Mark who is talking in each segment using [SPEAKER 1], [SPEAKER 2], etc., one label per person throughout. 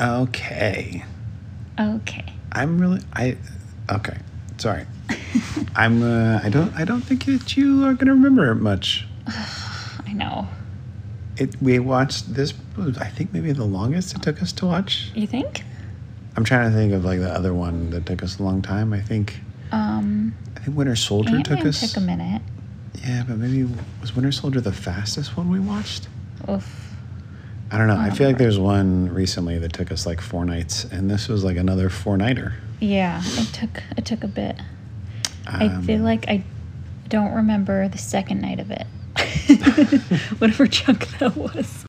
[SPEAKER 1] Okay.
[SPEAKER 2] Okay.
[SPEAKER 1] I'm really I okay. Sorry. I'm uh, I don't I don't think that you are gonna remember it much.
[SPEAKER 2] I know.
[SPEAKER 1] It we watched this was, I think maybe the longest it took us to watch.
[SPEAKER 2] You think?
[SPEAKER 1] I'm trying to think of like the other one that took us a long time. I think
[SPEAKER 2] Um,
[SPEAKER 1] I think Winter Soldier
[SPEAKER 2] Ant
[SPEAKER 1] took
[SPEAKER 2] Man
[SPEAKER 1] us
[SPEAKER 2] took a minute.
[SPEAKER 1] Yeah, but maybe was Winter Soldier the fastest one we watched?
[SPEAKER 2] Oof.
[SPEAKER 1] I don't know.
[SPEAKER 2] Oh,
[SPEAKER 1] I feel like there's one recently that took us like four nights and this was like another four nighter.
[SPEAKER 2] Yeah, it took it took a bit.
[SPEAKER 1] Um,
[SPEAKER 2] I feel like I don't remember the second night of it. Whatever chunk that was.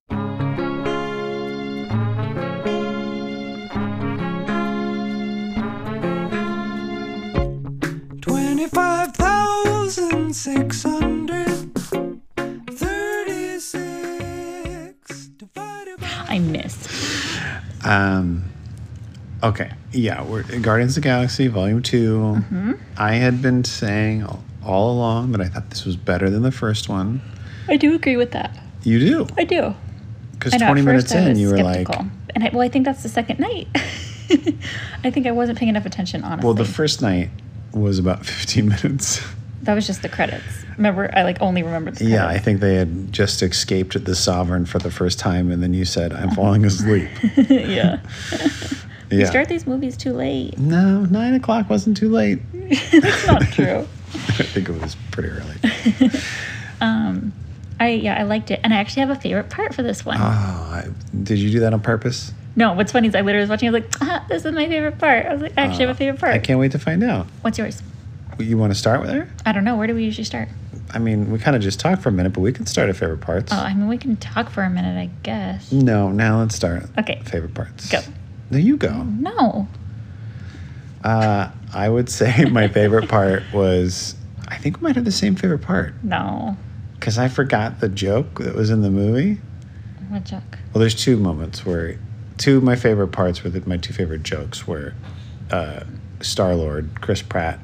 [SPEAKER 3] Twenty-five thousand six hundred thirty-six divided by
[SPEAKER 2] I missed.
[SPEAKER 1] Um, okay, yeah, we're Guardians of the Galaxy Volume 2
[SPEAKER 2] Mm-hmm.
[SPEAKER 1] I had been saying all, all along that I thought this was better than the first one.
[SPEAKER 2] I do agree with that.
[SPEAKER 1] You do,
[SPEAKER 2] I do.
[SPEAKER 1] because
[SPEAKER 2] I know, at
[SPEAKER 1] twenty minutes
[SPEAKER 2] first
[SPEAKER 1] in,
[SPEAKER 2] I was
[SPEAKER 1] you were like,
[SPEAKER 2] skeptical. and I, well, I think that's the second night. I think I wasn't paying enough attention, honestly.
[SPEAKER 1] "Well, the first night was about fifteen minutes."
[SPEAKER 2] that was just the credits. Remember, I like only remembered the credits.
[SPEAKER 1] yeah, I think they had just escaped the Sovereign for the first time, and then you said, "I'm falling
[SPEAKER 2] Uh-huh.
[SPEAKER 1] asleep."
[SPEAKER 2] yeah.
[SPEAKER 1] yeah,
[SPEAKER 2] You start these movies too late.
[SPEAKER 1] no, nine o'clock wasn't too late.
[SPEAKER 2] That's not true.
[SPEAKER 1] I think it was pretty early.
[SPEAKER 2] I yeah, I liked it, and I actually have a favorite part for this one.
[SPEAKER 1] Oh, I, did you do that on purpose?
[SPEAKER 2] no, what's funny is I literally was watching. I was like, ah, this is my favorite part. I was like, I actually have a favorite
[SPEAKER 1] I
[SPEAKER 2] part.
[SPEAKER 1] can't wait to find out.
[SPEAKER 2] What's yours?
[SPEAKER 1] You want to start with her?
[SPEAKER 2] I don't know. Where do we usually start?
[SPEAKER 1] I mean, we kind of just talked for a minute, but we can start at favorite parts.
[SPEAKER 2] Oh, I mean, we can talk for a minute, I guess.
[SPEAKER 1] no, now let's start.
[SPEAKER 2] Okay.
[SPEAKER 1] Favorite parts.
[SPEAKER 2] Go.
[SPEAKER 1] No, you go.
[SPEAKER 2] No.
[SPEAKER 1] Uh, I would say my favorite part was. I think we might have the same favorite part
[SPEAKER 2] No.
[SPEAKER 1] because I forgot the joke that was in the movie.
[SPEAKER 2] What joke?
[SPEAKER 1] Well, there's two moments where, two of my favorite parts were the, my two favorite jokes were, uh, Star Lord Chris Pratt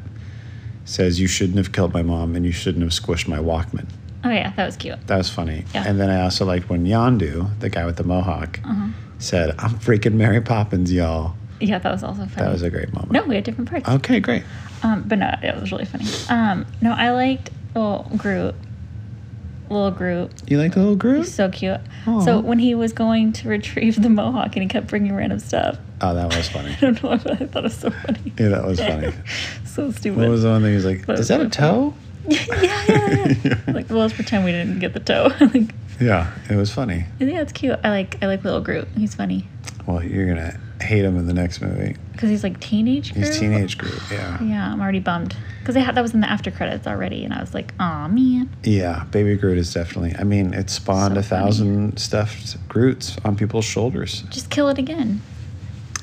[SPEAKER 1] says you shouldn't have killed my mom and you shouldn't have squished my Walkman.
[SPEAKER 2] Oh yeah, that was cute.
[SPEAKER 1] That was funny.
[SPEAKER 2] Yeah.
[SPEAKER 1] And then I also liked when Yondu, the guy with the mohawk,
[SPEAKER 2] Uh-huh.
[SPEAKER 1] said, I'm freaking Mary Poppins, y'all.
[SPEAKER 2] Yeah, that was also funny.
[SPEAKER 1] That was a great moment.
[SPEAKER 2] no, we had different parts.
[SPEAKER 1] Okay, great.
[SPEAKER 2] Um, but no, it was really funny. Um, no, I liked little Groot. Little Groot.
[SPEAKER 1] You liked Little Groot?
[SPEAKER 2] So cute. So when he was going to retrieve the mohawk and he kept bringing random stuff.
[SPEAKER 1] Oh, that was funny.
[SPEAKER 2] I don't know, but I thought it was so funny.
[SPEAKER 1] Yeah, that was funny.
[SPEAKER 2] So stupid.
[SPEAKER 1] What was the one thing he was like,
[SPEAKER 2] That
[SPEAKER 1] Is
[SPEAKER 2] was
[SPEAKER 1] that a
[SPEAKER 2] so
[SPEAKER 1] toe?
[SPEAKER 2] yeah, yeah, yeah. like, well, let's pretend we didn't get the toe. like,
[SPEAKER 1] Yeah, it was funny.
[SPEAKER 2] I think that's cute. I like, I like little Groot. He's funny
[SPEAKER 1] Well, you're going to hate him in the next movie.
[SPEAKER 2] because he's like teenage. Groot.
[SPEAKER 1] He's teenage Groot. Yeah.
[SPEAKER 2] Yeah, I'm already bummed because had that was in the after credits already, and I was like, oh man.
[SPEAKER 1] Yeah, Baby Groot is definitely. I mean, it spawned
[SPEAKER 2] So
[SPEAKER 1] a
[SPEAKER 2] funny.
[SPEAKER 1] thousand stuffed Groots on people's shoulders.
[SPEAKER 2] Just kill it again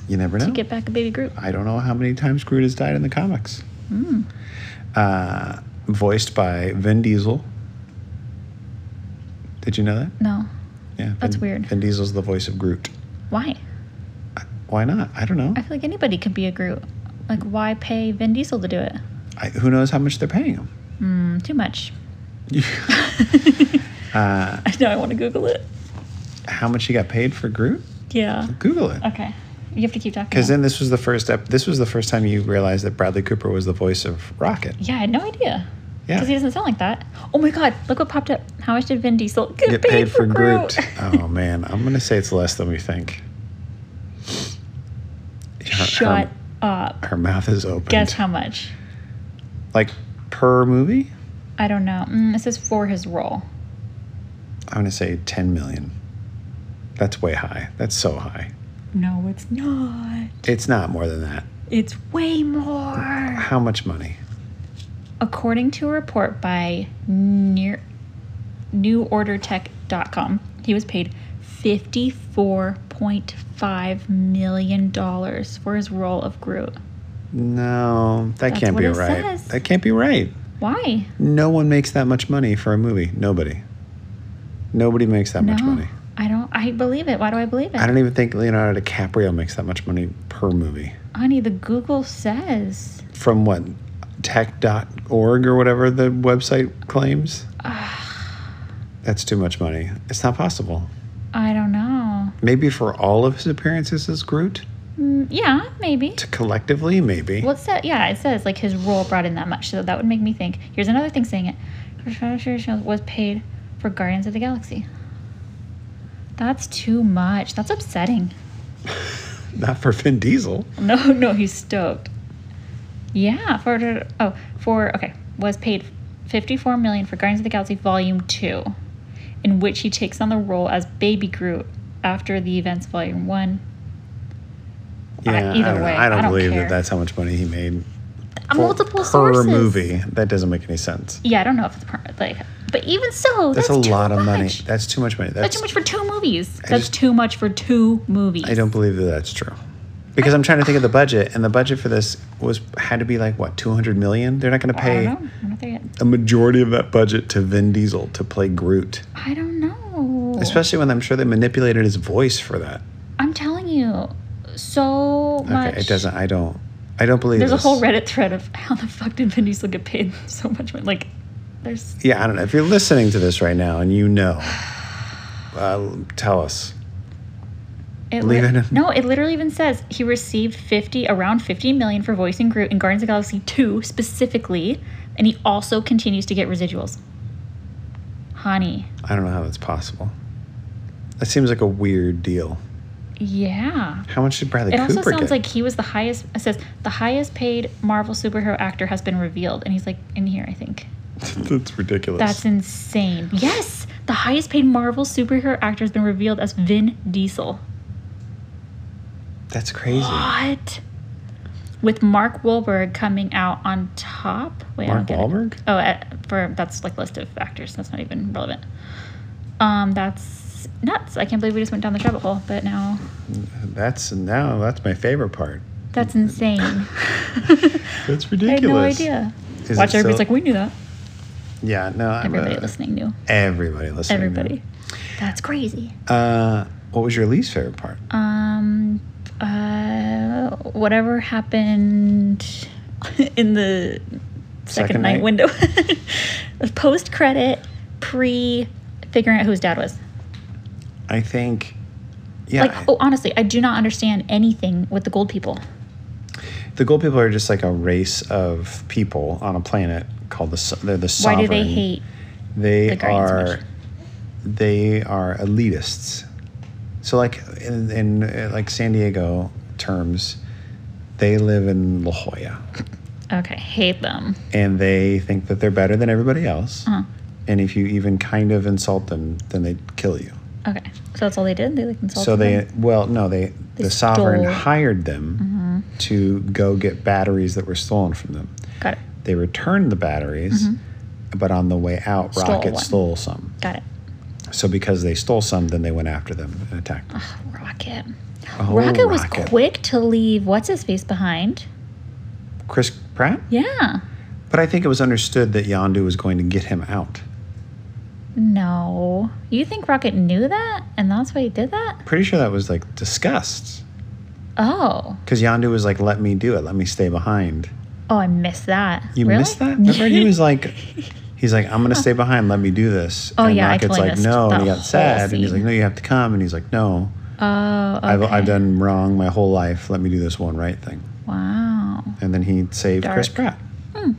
[SPEAKER 1] You never know.
[SPEAKER 2] to get back a baby Groot.
[SPEAKER 1] I don't know how many times Groot has died in the comics.
[SPEAKER 2] Hmm.
[SPEAKER 1] Uh, voiced by Vin Diesel. Did you know that?
[SPEAKER 2] No,
[SPEAKER 1] Yeah. Vin-
[SPEAKER 2] That's weird.
[SPEAKER 1] Vin Diesel's the voice of Groot.
[SPEAKER 2] why?
[SPEAKER 1] Why not? I don't know.
[SPEAKER 2] I feel like anybody could be a Groot. Like, why pay Vin Diesel to do it?
[SPEAKER 1] I, who knows how much they're paying him?
[SPEAKER 2] Mm, too much. I know. I want to Google it.
[SPEAKER 1] Uh, How much he got paid for Groot?
[SPEAKER 2] Yeah.
[SPEAKER 1] Google it.
[SPEAKER 2] Okay. You have to keep talking.
[SPEAKER 1] Because
[SPEAKER 2] now.
[SPEAKER 1] then this was the first ep- This was the first time you realized that Bradley Cooper was the voice of Rocket.
[SPEAKER 2] yeah, I had no idea.
[SPEAKER 1] Yeah.
[SPEAKER 2] Because he doesn't sound like that. Oh my God! Look what popped up. How much did Vin Diesel get,
[SPEAKER 1] Get
[SPEAKER 2] paid, for Groot?
[SPEAKER 1] oh man, I'm gonna say it's less than we think. Her- her-
[SPEAKER 2] Shut up.
[SPEAKER 1] Her mouth is open.
[SPEAKER 2] Guess how much?
[SPEAKER 1] Like per movie,
[SPEAKER 2] I don't know. Mm, this is for his role.
[SPEAKER 1] I'm gonna say 10 million. That's way high. That's so high.
[SPEAKER 2] No, it's not.
[SPEAKER 1] It's not more than that.
[SPEAKER 2] It's way more.
[SPEAKER 1] How much money?
[SPEAKER 2] According to a report by Near, NewOrderTech.com, he was paid $54.5 million for his role of Groot.
[SPEAKER 1] No, that
[SPEAKER 2] That's
[SPEAKER 1] can't be
[SPEAKER 2] what it
[SPEAKER 1] right.
[SPEAKER 2] says.
[SPEAKER 1] That can't be right.
[SPEAKER 2] Why?
[SPEAKER 1] No one makes that much money for a movie. Nobody. Nobody makes that much
[SPEAKER 2] no,
[SPEAKER 1] money.
[SPEAKER 2] I don't. I believe it. Why do I believe it?
[SPEAKER 1] I don't even think Leonardo DiCaprio makes that much money per movie.
[SPEAKER 2] Honey, the Google says.
[SPEAKER 1] From what? Tech.org or whatever the website claims? That's too much money. It's not possible.
[SPEAKER 2] I don't know.
[SPEAKER 1] Maybe for all of his appearances as Groot?
[SPEAKER 2] Mm, yeah, maybe.
[SPEAKER 1] To collectively, maybe.
[SPEAKER 2] Well, it said, yeah, it says like his role brought in that much, so that would make me think. Here's another thing saying it: Chris Pratt was paid for Guardians of the Galaxy. That's too much. That's upsetting.
[SPEAKER 1] Not for Vin Diesel.
[SPEAKER 2] No, no, he's stoked. Yeah, for oh, for okay, was paid 54 million for Guardians of the Galaxy Volume 2, in which he takes on the role as Baby Groot after the events of Volume 1.
[SPEAKER 1] Yeah,
[SPEAKER 2] I-
[SPEAKER 1] I,
[SPEAKER 2] either
[SPEAKER 1] don't, know.
[SPEAKER 2] way,
[SPEAKER 1] I don't,
[SPEAKER 2] I don't
[SPEAKER 1] believe
[SPEAKER 2] care.
[SPEAKER 1] that that's how much money he made.
[SPEAKER 2] Uh, multiple
[SPEAKER 1] per
[SPEAKER 2] sources.
[SPEAKER 1] movie. That doesn't make any sense.
[SPEAKER 2] Yeah, I don't know if it's permanent. Like, but even so,
[SPEAKER 1] That's,
[SPEAKER 2] that's,
[SPEAKER 1] a
[SPEAKER 2] too
[SPEAKER 1] lot of money.
[SPEAKER 2] much.
[SPEAKER 1] That's
[SPEAKER 2] That's,
[SPEAKER 1] too much money. That's,
[SPEAKER 2] too much for two movies.
[SPEAKER 1] I
[SPEAKER 2] that's
[SPEAKER 1] just-
[SPEAKER 2] too much for two movies.
[SPEAKER 1] I don't believe that that's true. Because I'm trying to think of the budget, and the budget for this was had to be like what 200 million. They're not going to
[SPEAKER 2] I
[SPEAKER 1] pay
[SPEAKER 2] don't know. I'm not there yet.
[SPEAKER 1] a majority of that budget to Vin Diesel to play Groot,
[SPEAKER 2] I don't know.
[SPEAKER 1] especially when I'm sure they manipulated his voice for that.
[SPEAKER 2] I'm telling you, so
[SPEAKER 1] Okay,
[SPEAKER 2] much.
[SPEAKER 1] it doesn't. I don't. I don't believe.
[SPEAKER 2] There's a
[SPEAKER 1] this.
[SPEAKER 2] whole Reddit thread of how the fuck did Vin Diesel get paid so much money? Like, there's
[SPEAKER 1] Yeah, I don't know. If you're listening to this right now and you know, uh, tell us.
[SPEAKER 2] It
[SPEAKER 1] Leave it in.
[SPEAKER 2] No, it literally even says he received 50, around 50 million for voicing Groot in Guardians of the Galaxy 2 specifically, and he also continues to get residuals. Honey.
[SPEAKER 1] I don't know how that's possible. That seems like a weird deal.
[SPEAKER 2] Yeah.
[SPEAKER 1] How much did Bradley
[SPEAKER 2] It
[SPEAKER 1] Cooper
[SPEAKER 2] also sounds
[SPEAKER 1] get?
[SPEAKER 2] like he was the highest, it says, the highest paid Marvel superhero actor has been revealed. And he's like, in here, I think.
[SPEAKER 1] that's ridiculous.
[SPEAKER 2] That's insane. Yes! The highest paid Marvel superhero actor has been revealed as Vin Diesel.
[SPEAKER 1] that's crazy.
[SPEAKER 2] What? With Mark Wahlberg coming out on top. Wait, I
[SPEAKER 1] Mark
[SPEAKER 2] don't get it.
[SPEAKER 1] Wahlberg?
[SPEAKER 2] Oh, uh, for that's like list of factors. That's not even relevant. Um, that's nuts. I can't believe we just went down the rabbit hole. But now
[SPEAKER 1] That's now that's my favorite part.
[SPEAKER 2] that's insane. I
[SPEAKER 1] That's
[SPEAKER 2] had no
[SPEAKER 1] Mm-hmm. ridiculous.
[SPEAKER 2] idea.
[SPEAKER 1] Is
[SPEAKER 2] Watch
[SPEAKER 1] it
[SPEAKER 2] everybody's
[SPEAKER 1] so-
[SPEAKER 2] like, we knew that.
[SPEAKER 1] Yeah, no. I'm,
[SPEAKER 2] Everybody
[SPEAKER 1] uh,
[SPEAKER 2] listening knew.
[SPEAKER 1] Everybody listening. knew.
[SPEAKER 2] Everybody. That's crazy.
[SPEAKER 1] Uh, what was your least favorite part?
[SPEAKER 2] Um, uh, whatever happened in the second,
[SPEAKER 1] Second
[SPEAKER 2] night,
[SPEAKER 1] night?
[SPEAKER 2] window, post credit, pre figuring out who his dad was.
[SPEAKER 1] I think. Yeah.
[SPEAKER 2] Like, oh, honestly, I do not understand anything with the gold people.
[SPEAKER 1] The gold people are just like a race of people on a planet called the. so- They're the
[SPEAKER 2] Why
[SPEAKER 1] sovereign.
[SPEAKER 2] do they hate?
[SPEAKER 1] They
[SPEAKER 2] the Guardians so
[SPEAKER 1] are.
[SPEAKER 2] much?
[SPEAKER 1] They are elitists. So like in, in uh, like San Diego terms, they live in La Jolla
[SPEAKER 2] Okay, hate them.
[SPEAKER 1] and they think that they're better than everybody else.
[SPEAKER 2] Huh.
[SPEAKER 1] And if you even kind of insult them, then they kill you.
[SPEAKER 2] Okay, so that's all they did. They like insulted.
[SPEAKER 1] so they
[SPEAKER 2] them?
[SPEAKER 1] well no they,
[SPEAKER 2] They
[SPEAKER 1] the sovereign
[SPEAKER 2] stole. Mm-hmm.
[SPEAKER 1] hired them to go get batteries that were stolen from them.
[SPEAKER 2] got it.
[SPEAKER 1] They returned the batteries, but on the way out,
[SPEAKER 2] Mm-hmm. Stole
[SPEAKER 1] Rocket
[SPEAKER 2] one.
[SPEAKER 1] stole some.
[SPEAKER 2] Got it.
[SPEAKER 1] So because they stole some, then they went after them and attacked them.
[SPEAKER 2] Rocket.
[SPEAKER 1] Oh,
[SPEAKER 2] Rocket was
[SPEAKER 1] Rocket.
[SPEAKER 2] quick to leave. What's his face behind?
[SPEAKER 1] Chris Pratt.
[SPEAKER 2] Yeah.
[SPEAKER 1] But I think it was understood that Yondu was going to get him out.
[SPEAKER 2] No. You think Rocket knew that? And that's why he did that?
[SPEAKER 1] Pretty sure that was like discussed
[SPEAKER 2] Oh.
[SPEAKER 1] because Yondu was like, "Let me do it. Let me stay behind."
[SPEAKER 2] Oh, I missed that.
[SPEAKER 1] You
[SPEAKER 2] Really?
[SPEAKER 1] missed that? Remember, he was like, "He's like, I'm going to stay behind. Let me do this."
[SPEAKER 2] Oh,
[SPEAKER 1] and
[SPEAKER 2] yeah, I
[SPEAKER 1] Rocket's
[SPEAKER 2] totally
[SPEAKER 1] like,
[SPEAKER 2] missed
[SPEAKER 1] "No,"
[SPEAKER 2] that
[SPEAKER 1] and he got
[SPEAKER 2] whole
[SPEAKER 1] sad, and he's
[SPEAKER 2] scene.
[SPEAKER 1] like, "No, you have to come," and he's like, "No,
[SPEAKER 2] oh, okay.
[SPEAKER 1] I've I've done wrong my whole life. Let me do this one right thing."
[SPEAKER 2] Wow.
[SPEAKER 1] And then he saved Chris
[SPEAKER 2] Dark.
[SPEAKER 1] Pratt.
[SPEAKER 2] Hmm.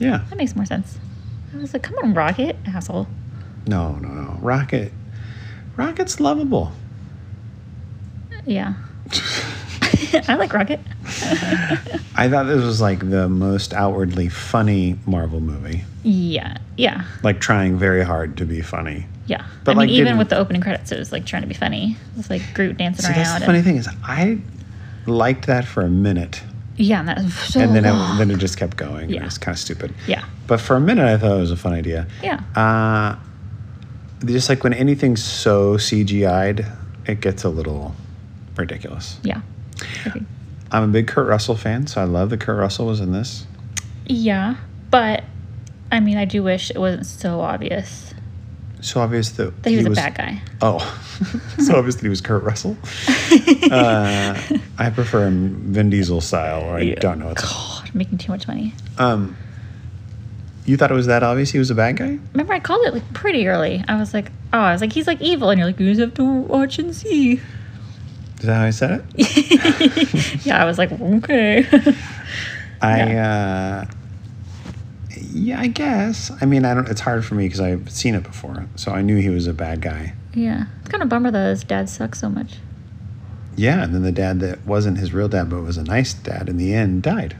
[SPEAKER 1] Yeah.
[SPEAKER 2] That makes more sense. I was like, come on, Rocket, asshole.
[SPEAKER 1] No, no, no. Rocket. Rocket's lovable.
[SPEAKER 2] Yeah. I like Rocket.
[SPEAKER 1] I thought this was like the most outwardly funny Marvel movie.
[SPEAKER 2] Yeah. Yeah.
[SPEAKER 1] Like trying very hard to be funny.
[SPEAKER 2] Yeah.
[SPEAKER 1] But,
[SPEAKER 2] I mean,
[SPEAKER 1] like,
[SPEAKER 2] even
[SPEAKER 1] didn't-
[SPEAKER 2] with the opening credits, it was like trying to be funny. It was like Groot dancing
[SPEAKER 1] See, that's
[SPEAKER 2] around.
[SPEAKER 1] the funny
[SPEAKER 2] and,
[SPEAKER 1] thing is I liked that for a minute,
[SPEAKER 2] yeah, and that was so
[SPEAKER 1] and then it,
[SPEAKER 2] long.
[SPEAKER 1] then it just kept going. Yeah.
[SPEAKER 2] Oh. Yeah.
[SPEAKER 1] It was kind of stupid.
[SPEAKER 2] Yeah.
[SPEAKER 1] But for a minute, I thought it was a fun idea.
[SPEAKER 2] Yeah.
[SPEAKER 1] Uh, just like when anything's so CGI'd, it gets a little ridiculous.
[SPEAKER 2] yeah. Okay.
[SPEAKER 1] I'm a big Kurt Russell fan, so I love that Kurt Russell was in this.
[SPEAKER 2] Yeah. But I mean, I do wish it wasn't so obvious
[SPEAKER 1] So obvious that,
[SPEAKER 2] that he was, a bad guy.
[SPEAKER 1] Oh, so obvious that he was Kurt Russell. uh, I prefer him Vin Diesel style, or I don't know. What's
[SPEAKER 2] God, making too much money.
[SPEAKER 1] um, you thought it was that obvious he was a bad guy?
[SPEAKER 2] Remember, I called it like pretty early. I was like, oh, I was like, he's like evil, and you're like, you just have to watch and see.
[SPEAKER 1] Is that how I said it?
[SPEAKER 2] yeah, I was like, okay.
[SPEAKER 1] I uh, yeah, I guess. I mean, I don't. It's hard for me because I've seen it before, so I knew he was a bad guy.
[SPEAKER 2] yeah. It's kind of a bummer that his dad sucks so much.
[SPEAKER 1] Yeah, and then the dad that wasn't his real dad but was a nice dad in the end died,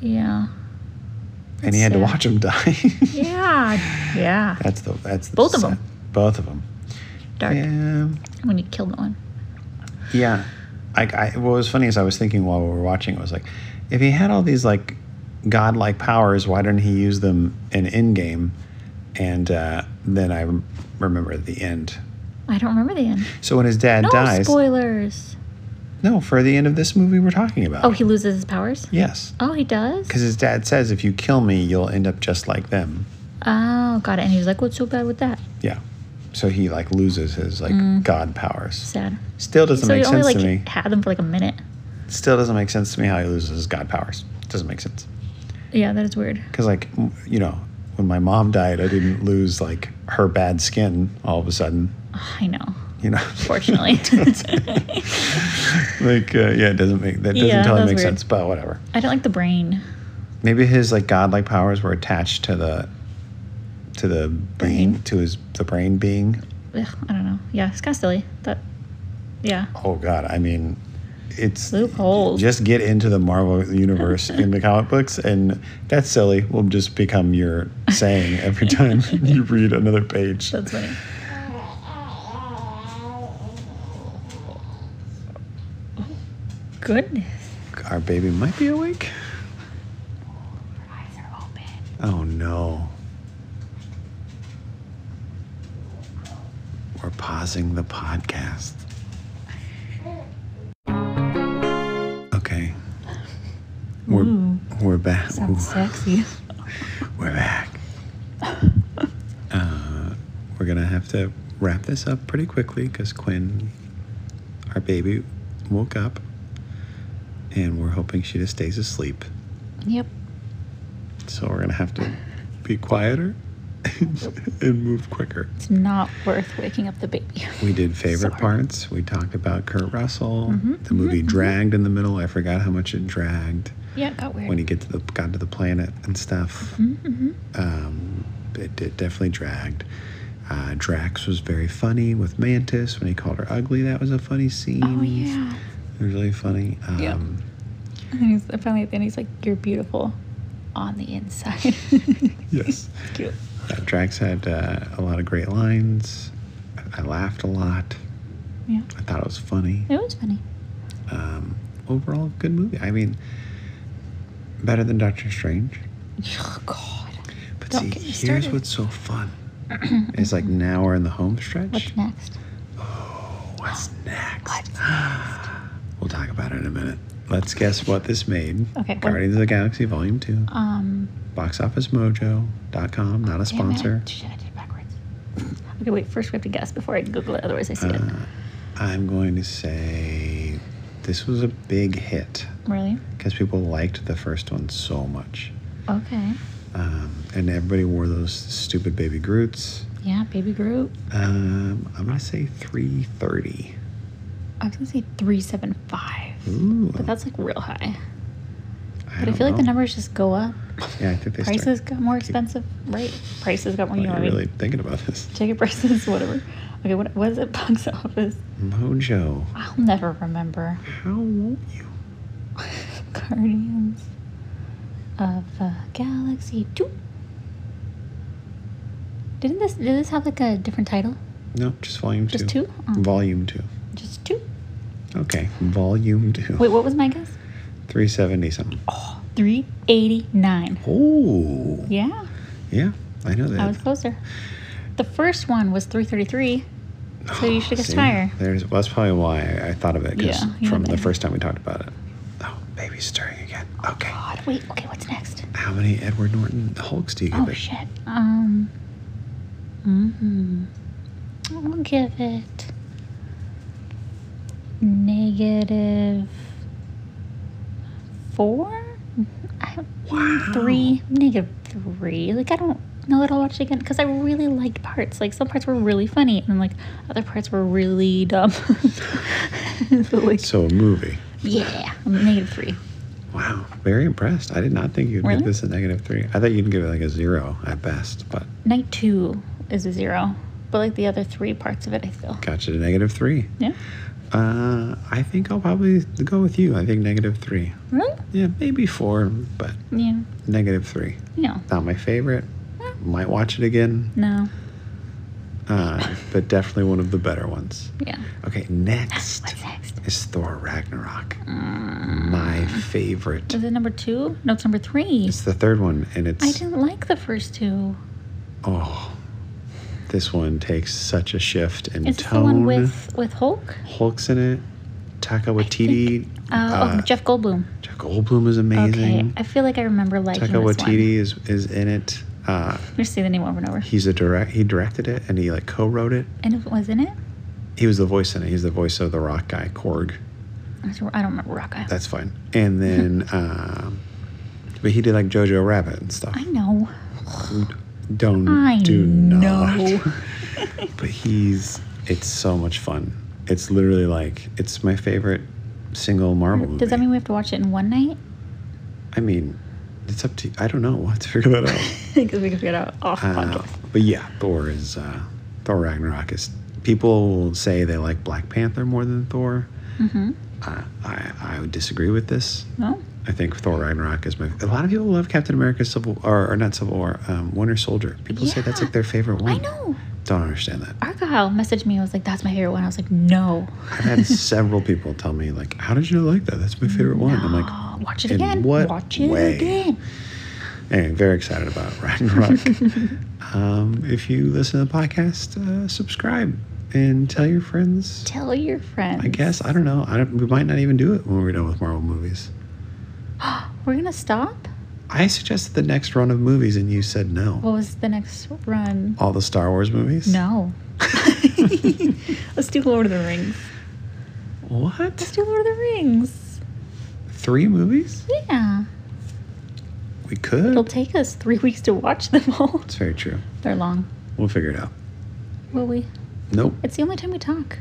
[SPEAKER 2] Yeah.
[SPEAKER 1] and he had to
[SPEAKER 2] sad.
[SPEAKER 1] watch him die.
[SPEAKER 2] Yeah. Yeah.
[SPEAKER 1] that's the that's the
[SPEAKER 2] Both of 'em.
[SPEAKER 1] Both of them.
[SPEAKER 2] Dark.
[SPEAKER 1] Yeah,
[SPEAKER 2] When you kill no one.
[SPEAKER 1] yeah. I, I, what was funny is I was thinking while we were watching, it was like, if he had all these like godlike powers, why didn't he use them in Endgame? And uh, then I rem- remember at the end.
[SPEAKER 2] I don't remember the end.
[SPEAKER 1] So when his dad
[SPEAKER 2] No
[SPEAKER 1] dies,
[SPEAKER 2] spoilers.
[SPEAKER 1] No, for the end of this movie we're talking about.
[SPEAKER 2] Oh, he loses his powers?
[SPEAKER 1] yes.
[SPEAKER 2] Oh, he does?
[SPEAKER 1] Because his dad says, if you kill me, you'll end up just like them.
[SPEAKER 2] Oh, got it. And he's like, what's so bad with that?
[SPEAKER 1] Yeah. So he like loses his like god powers.
[SPEAKER 2] Sad.
[SPEAKER 1] Still doesn't
[SPEAKER 2] Mm. so
[SPEAKER 1] make
[SPEAKER 2] he only
[SPEAKER 1] sense
[SPEAKER 2] like
[SPEAKER 1] to me.
[SPEAKER 2] had them for like a minute.
[SPEAKER 1] Still doesn't make sense to me how he loses his god powers. Doesn't make sense.
[SPEAKER 2] Yeah, that is weird.
[SPEAKER 1] Because like m- you know, when my mom died, I didn't lose like her bad skin all of a sudden.
[SPEAKER 2] I know.
[SPEAKER 1] You know,
[SPEAKER 2] Fortunately.
[SPEAKER 1] like uh, yeah, it doesn't make that doesn't
[SPEAKER 2] Yeah,
[SPEAKER 1] totally
[SPEAKER 2] that's
[SPEAKER 1] make
[SPEAKER 2] weird.
[SPEAKER 1] sense. But whatever.
[SPEAKER 2] I don't like the brain.
[SPEAKER 1] Maybe his like godlike powers were attached to the to the brain, to his the brain being.
[SPEAKER 2] Ugh, I don't know. Yeah, it's kind of silly. That, yeah.
[SPEAKER 1] Oh god, I mean it's
[SPEAKER 2] Loopholes.
[SPEAKER 1] Just get into the Marvel universe in the comic books and that's silly. Will just become your saying every time you read another page.
[SPEAKER 2] That's funny. Goodness.
[SPEAKER 1] Our baby might be awake.
[SPEAKER 2] Her eyes are open.
[SPEAKER 1] Oh no. We're pausing the podcast. Okay. We're we're back.
[SPEAKER 2] Sounds sexy.
[SPEAKER 1] We're back. uh, we're gonna have to wrap this up pretty quickly because Quinn, our baby, woke up, and we're hoping she just stays asleep.
[SPEAKER 2] Yep.
[SPEAKER 1] So we're gonna have to be quieter and move quicker.
[SPEAKER 2] It's not worth waking up the baby.
[SPEAKER 1] We did favorite parts. We talked about Kurt Russell.
[SPEAKER 2] Mm-hmm.
[SPEAKER 1] The movie dragged in the middle. I forgot how much it dragged
[SPEAKER 2] Yeah, it got weird.
[SPEAKER 1] when you get to the got to the planet and stuff.
[SPEAKER 2] Mm-hmm,
[SPEAKER 1] Um, it, it definitely dragged. Uh, Drax was very funny with Mantis when he called her ugly. That was a funny scene.
[SPEAKER 2] oh yeah.
[SPEAKER 1] It was really funny. Um,
[SPEAKER 2] Yeah. And he's, finally at the end, he's like, "You're beautiful, on the inside."
[SPEAKER 1] Yes.
[SPEAKER 2] Cute.
[SPEAKER 1] Uh, Drax had uh, a lot of great lines. I, I laughed a lot.
[SPEAKER 2] Yeah.
[SPEAKER 1] I thought it was funny.
[SPEAKER 2] It was funny.
[SPEAKER 1] Um, overall, good movie. I mean, better than Doctor Strange.
[SPEAKER 2] Oh God.
[SPEAKER 1] But
[SPEAKER 2] Don't
[SPEAKER 1] see,
[SPEAKER 2] get me
[SPEAKER 1] here's
[SPEAKER 2] started.
[SPEAKER 1] what's so fun. it's like now we're in the home stretch.
[SPEAKER 2] What's next?
[SPEAKER 1] What's next? We'll talk about it in a minute. Let's guess what this made.
[SPEAKER 2] Okay, what-
[SPEAKER 1] Guardians of the Galaxy Volume 2.
[SPEAKER 2] Um.
[SPEAKER 1] BoxOfficeMojo.com, not a
[SPEAKER 2] damn it.
[SPEAKER 1] sponsor.
[SPEAKER 2] Shit, I did it backwards. Okay, wait. First, we have to guess before I can Google it. Otherwise, I see it.
[SPEAKER 1] Uh. I'm going to say this was a big hit
[SPEAKER 2] Really?
[SPEAKER 1] because people liked the first one so much.
[SPEAKER 2] Okay.
[SPEAKER 1] Um, and everybody wore those stupid baby Groots.
[SPEAKER 2] Yeah, Baby Groot.
[SPEAKER 1] Um, I'm going to say 330.
[SPEAKER 2] I was gonna say three seven five,
[SPEAKER 1] Ooh.
[SPEAKER 2] but that's like real high.
[SPEAKER 1] I
[SPEAKER 2] But I,
[SPEAKER 1] don't
[SPEAKER 2] feel like the
[SPEAKER 1] know.
[SPEAKER 2] numbers just go up.
[SPEAKER 1] Yeah, I think they start-
[SPEAKER 2] Prices got more expensive, right? Prices got more.
[SPEAKER 1] Wow,
[SPEAKER 2] You know what
[SPEAKER 1] You're
[SPEAKER 2] I mean?
[SPEAKER 1] really thinking about this.
[SPEAKER 2] Ticket prices, whatever. Okay, what what is it? Box office.
[SPEAKER 1] Mojo.
[SPEAKER 2] I'll never remember.
[SPEAKER 1] How won't you?
[SPEAKER 2] Guardians of the Galaxy 2. Didn't this did this have like a different title?
[SPEAKER 1] No, just volume
[SPEAKER 2] Just
[SPEAKER 1] two.
[SPEAKER 2] two? Oh.
[SPEAKER 1] Volume two.
[SPEAKER 2] Just two?
[SPEAKER 1] Okay, volume two.
[SPEAKER 2] Wait, what was my guess?
[SPEAKER 1] 370 something. Oh.
[SPEAKER 2] 389. Yeah,
[SPEAKER 1] Yeah, I know that.
[SPEAKER 2] I was closer. The first one was 333. So you should have guessed
[SPEAKER 1] See?
[SPEAKER 2] higher.
[SPEAKER 1] There's, well, that's probably why I, I thought of it 'cause
[SPEAKER 2] Yeah, you
[SPEAKER 1] from
[SPEAKER 2] had
[SPEAKER 1] the
[SPEAKER 2] that.
[SPEAKER 1] first time we talked about it. Oh, baby's stirring again. Okay.
[SPEAKER 2] God, wait, okay, what's next?
[SPEAKER 1] How many Edward Norton Hulks do you give
[SPEAKER 2] Oh
[SPEAKER 1] it?
[SPEAKER 2] shit. Um mm-hmm. I'll give it negative four? I
[SPEAKER 1] Wow.
[SPEAKER 2] three negative three. Like I don't know that I'll watch it again because I really liked parts. Like some parts were really funny and like other parts were really dumb. So, like,
[SPEAKER 1] So a movie.
[SPEAKER 2] yeah, I'm negative three.
[SPEAKER 1] Wow, very impressed. I did not think you'd
[SPEAKER 2] Really?
[SPEAKER 1] give this a negative three. I thought you'd give it like a zero at best, but
[SPEAKER 2] Night two is a zero, but like the other three parts of it, I feel.
[SPEAKER 1] got you to negative three.
[SPEAKER 2] Yeah.
[SPEAKER 1] Uh, I think I'll probably go with you. I think negative three.
[SPEAKER 2] Really?
[SPEAKER 1] Yeah, maybe four, but
[SPEAKER 2] Yeah.
[SPEAKER 1] negative three.
[SPEAKER 2] Yeah.
[SPEAKER 1] Not my favorite. Might watch it again,
[SPEAKER 2] No.
[SPEAKER 1] uh, but definitely one of the better ones.
[SPEAKER 2] Yeah.
[SPEAKER 1] Okay, next
[SPEAKER 2] What's next?
[SPEAKER 1] is Thor Ragnarok. My favorite.
[SPEAKER 2] Is it number two? No, it's number three.
[SPEAKER 1] It's the third one, and
[SPEAKER 2] I
[SPEAKER 1] it's
[SPEAKER 2] didn't like the first two.
[SPEAKER 1] oh, this one takes such a shift in
[SPEAKER 2] Is this
[SPEAKER 1] tone.
[SPEAKER 2] the one with with Hulk?
[SPEAKER 1] Hulk's in it. Taka Waititi.
[SPEAKER 2] Uh, oh, Jeff Goldblum.
[SPEAKER 1] Jeff Goldblum is amazing.
[SPEAKER 2] Okay, I feel like I remember liking
[SPEAKER 1] Taka
[SPEAKER 2] this one.
[SPEAKER 1] Waititi is is in it. Uh,
[SPEAKER 2] We just say the name over and over.
[SPEAKER 1] he's a direct. He directed it and he like co-wrote it.
[SPEAKER 2] And it wasn't it?
[SPEAKER 1] He was the voice in it. He's the voice of the rock guy Korg.
[SPEAKER 2] I don't remember Rockeye.
[SPEAKER 1] That's fine. And then, um, but he did like Jojo Rabbit and stuff.
[SPEAKER 2] I know.
[SPEAKER 1] Don't
[SPEAKER 2] I
[SPEAKER 1] do
[SPEAKER 2] know.
[SPEAKER 1] not. but he's. It's so much fun. It's literally like it's my favorite single Marvel movie.
[SPEAKER 2] Does that mean we have to watch it in one night?
[SPEAKER 1] I mean, it's up to I don't know. We'll have to figure that out.
[SPEAKER 2] Because we could get out off
[SPEAKER 1] Uh,
[SPEAKER 2] podcast.
[SPEAKER 1] but yeah, Thor is uh, Thor Ragnarok is. People will say they like Black Panther more than Thor.
[SPEAKER 2] Mm-hmm.
[SPEAKER 1] Uh, I I would disagree with this.
[SPEAKER 2] No?
[SPEAKER 1] I think Thor Ragnarok is my. A lot of people love Captain America Civil or, or not Civil War, um, Winter Soldier. People say that's
[SPEAKER 2] Yeah.
[SPEAKER 1] like their favorite one.
[SPEAKER 2] I know.
[SPEAKER 1] Don't understand that.
[SPEAKER 2] Argyle messaged me and was like, that's my favorite one. I was like, no.
[SPEAKER 1] I've had several people tell me like, "How did you like that? That's my favorite one." I'm like,
[SPEAKER 2] Oh, watch it
[SPEAKER 1] in
[SPEAKER 2] again.
[SPEAKER 1] what
[SPEAKER 2] watch it
[SPEAKER 1] way?
[SPEAKER 2] again.
[SPEAKER 1] Anyway, very excited about Ragnarok. um, if you listen to the podcast, uh, subscribe and tell your friends.
[SPEAKER 2] Tell your friends.
[SPEAKER 1] I guess I don't know. I don't, we might not even do it when we're done with Marvel movies.
[SPEAKER 2] We're going to stop?
[SPEAKER 1] I suggested the next run of movies, and you said no.
[SPEAKER 2] What was the next run?
[SPEAKER 1] All the Star Wars movies.
[SPEAKER 2] No. Let's do Lord of the Rings.
[SPEAKER 1] What?
[SPEAKER 2] Let's do Lord of the Rings.
[SPEAKER 1] Three movies?
[SPEAKER 2] Yeah.
[SPEAKER 1] We could.
[SPEAKER 2] It'll take us three weeks to watch them all.
[SPEAKER 1] It's very true.
[SPEAKER 2] They're long.
[SPEAKER 1] We'll figure it out.
[SPEAKER 2] Will we?
[SPEAKER 1] Nope.
[SPEAKER 2] It's the only time we talk.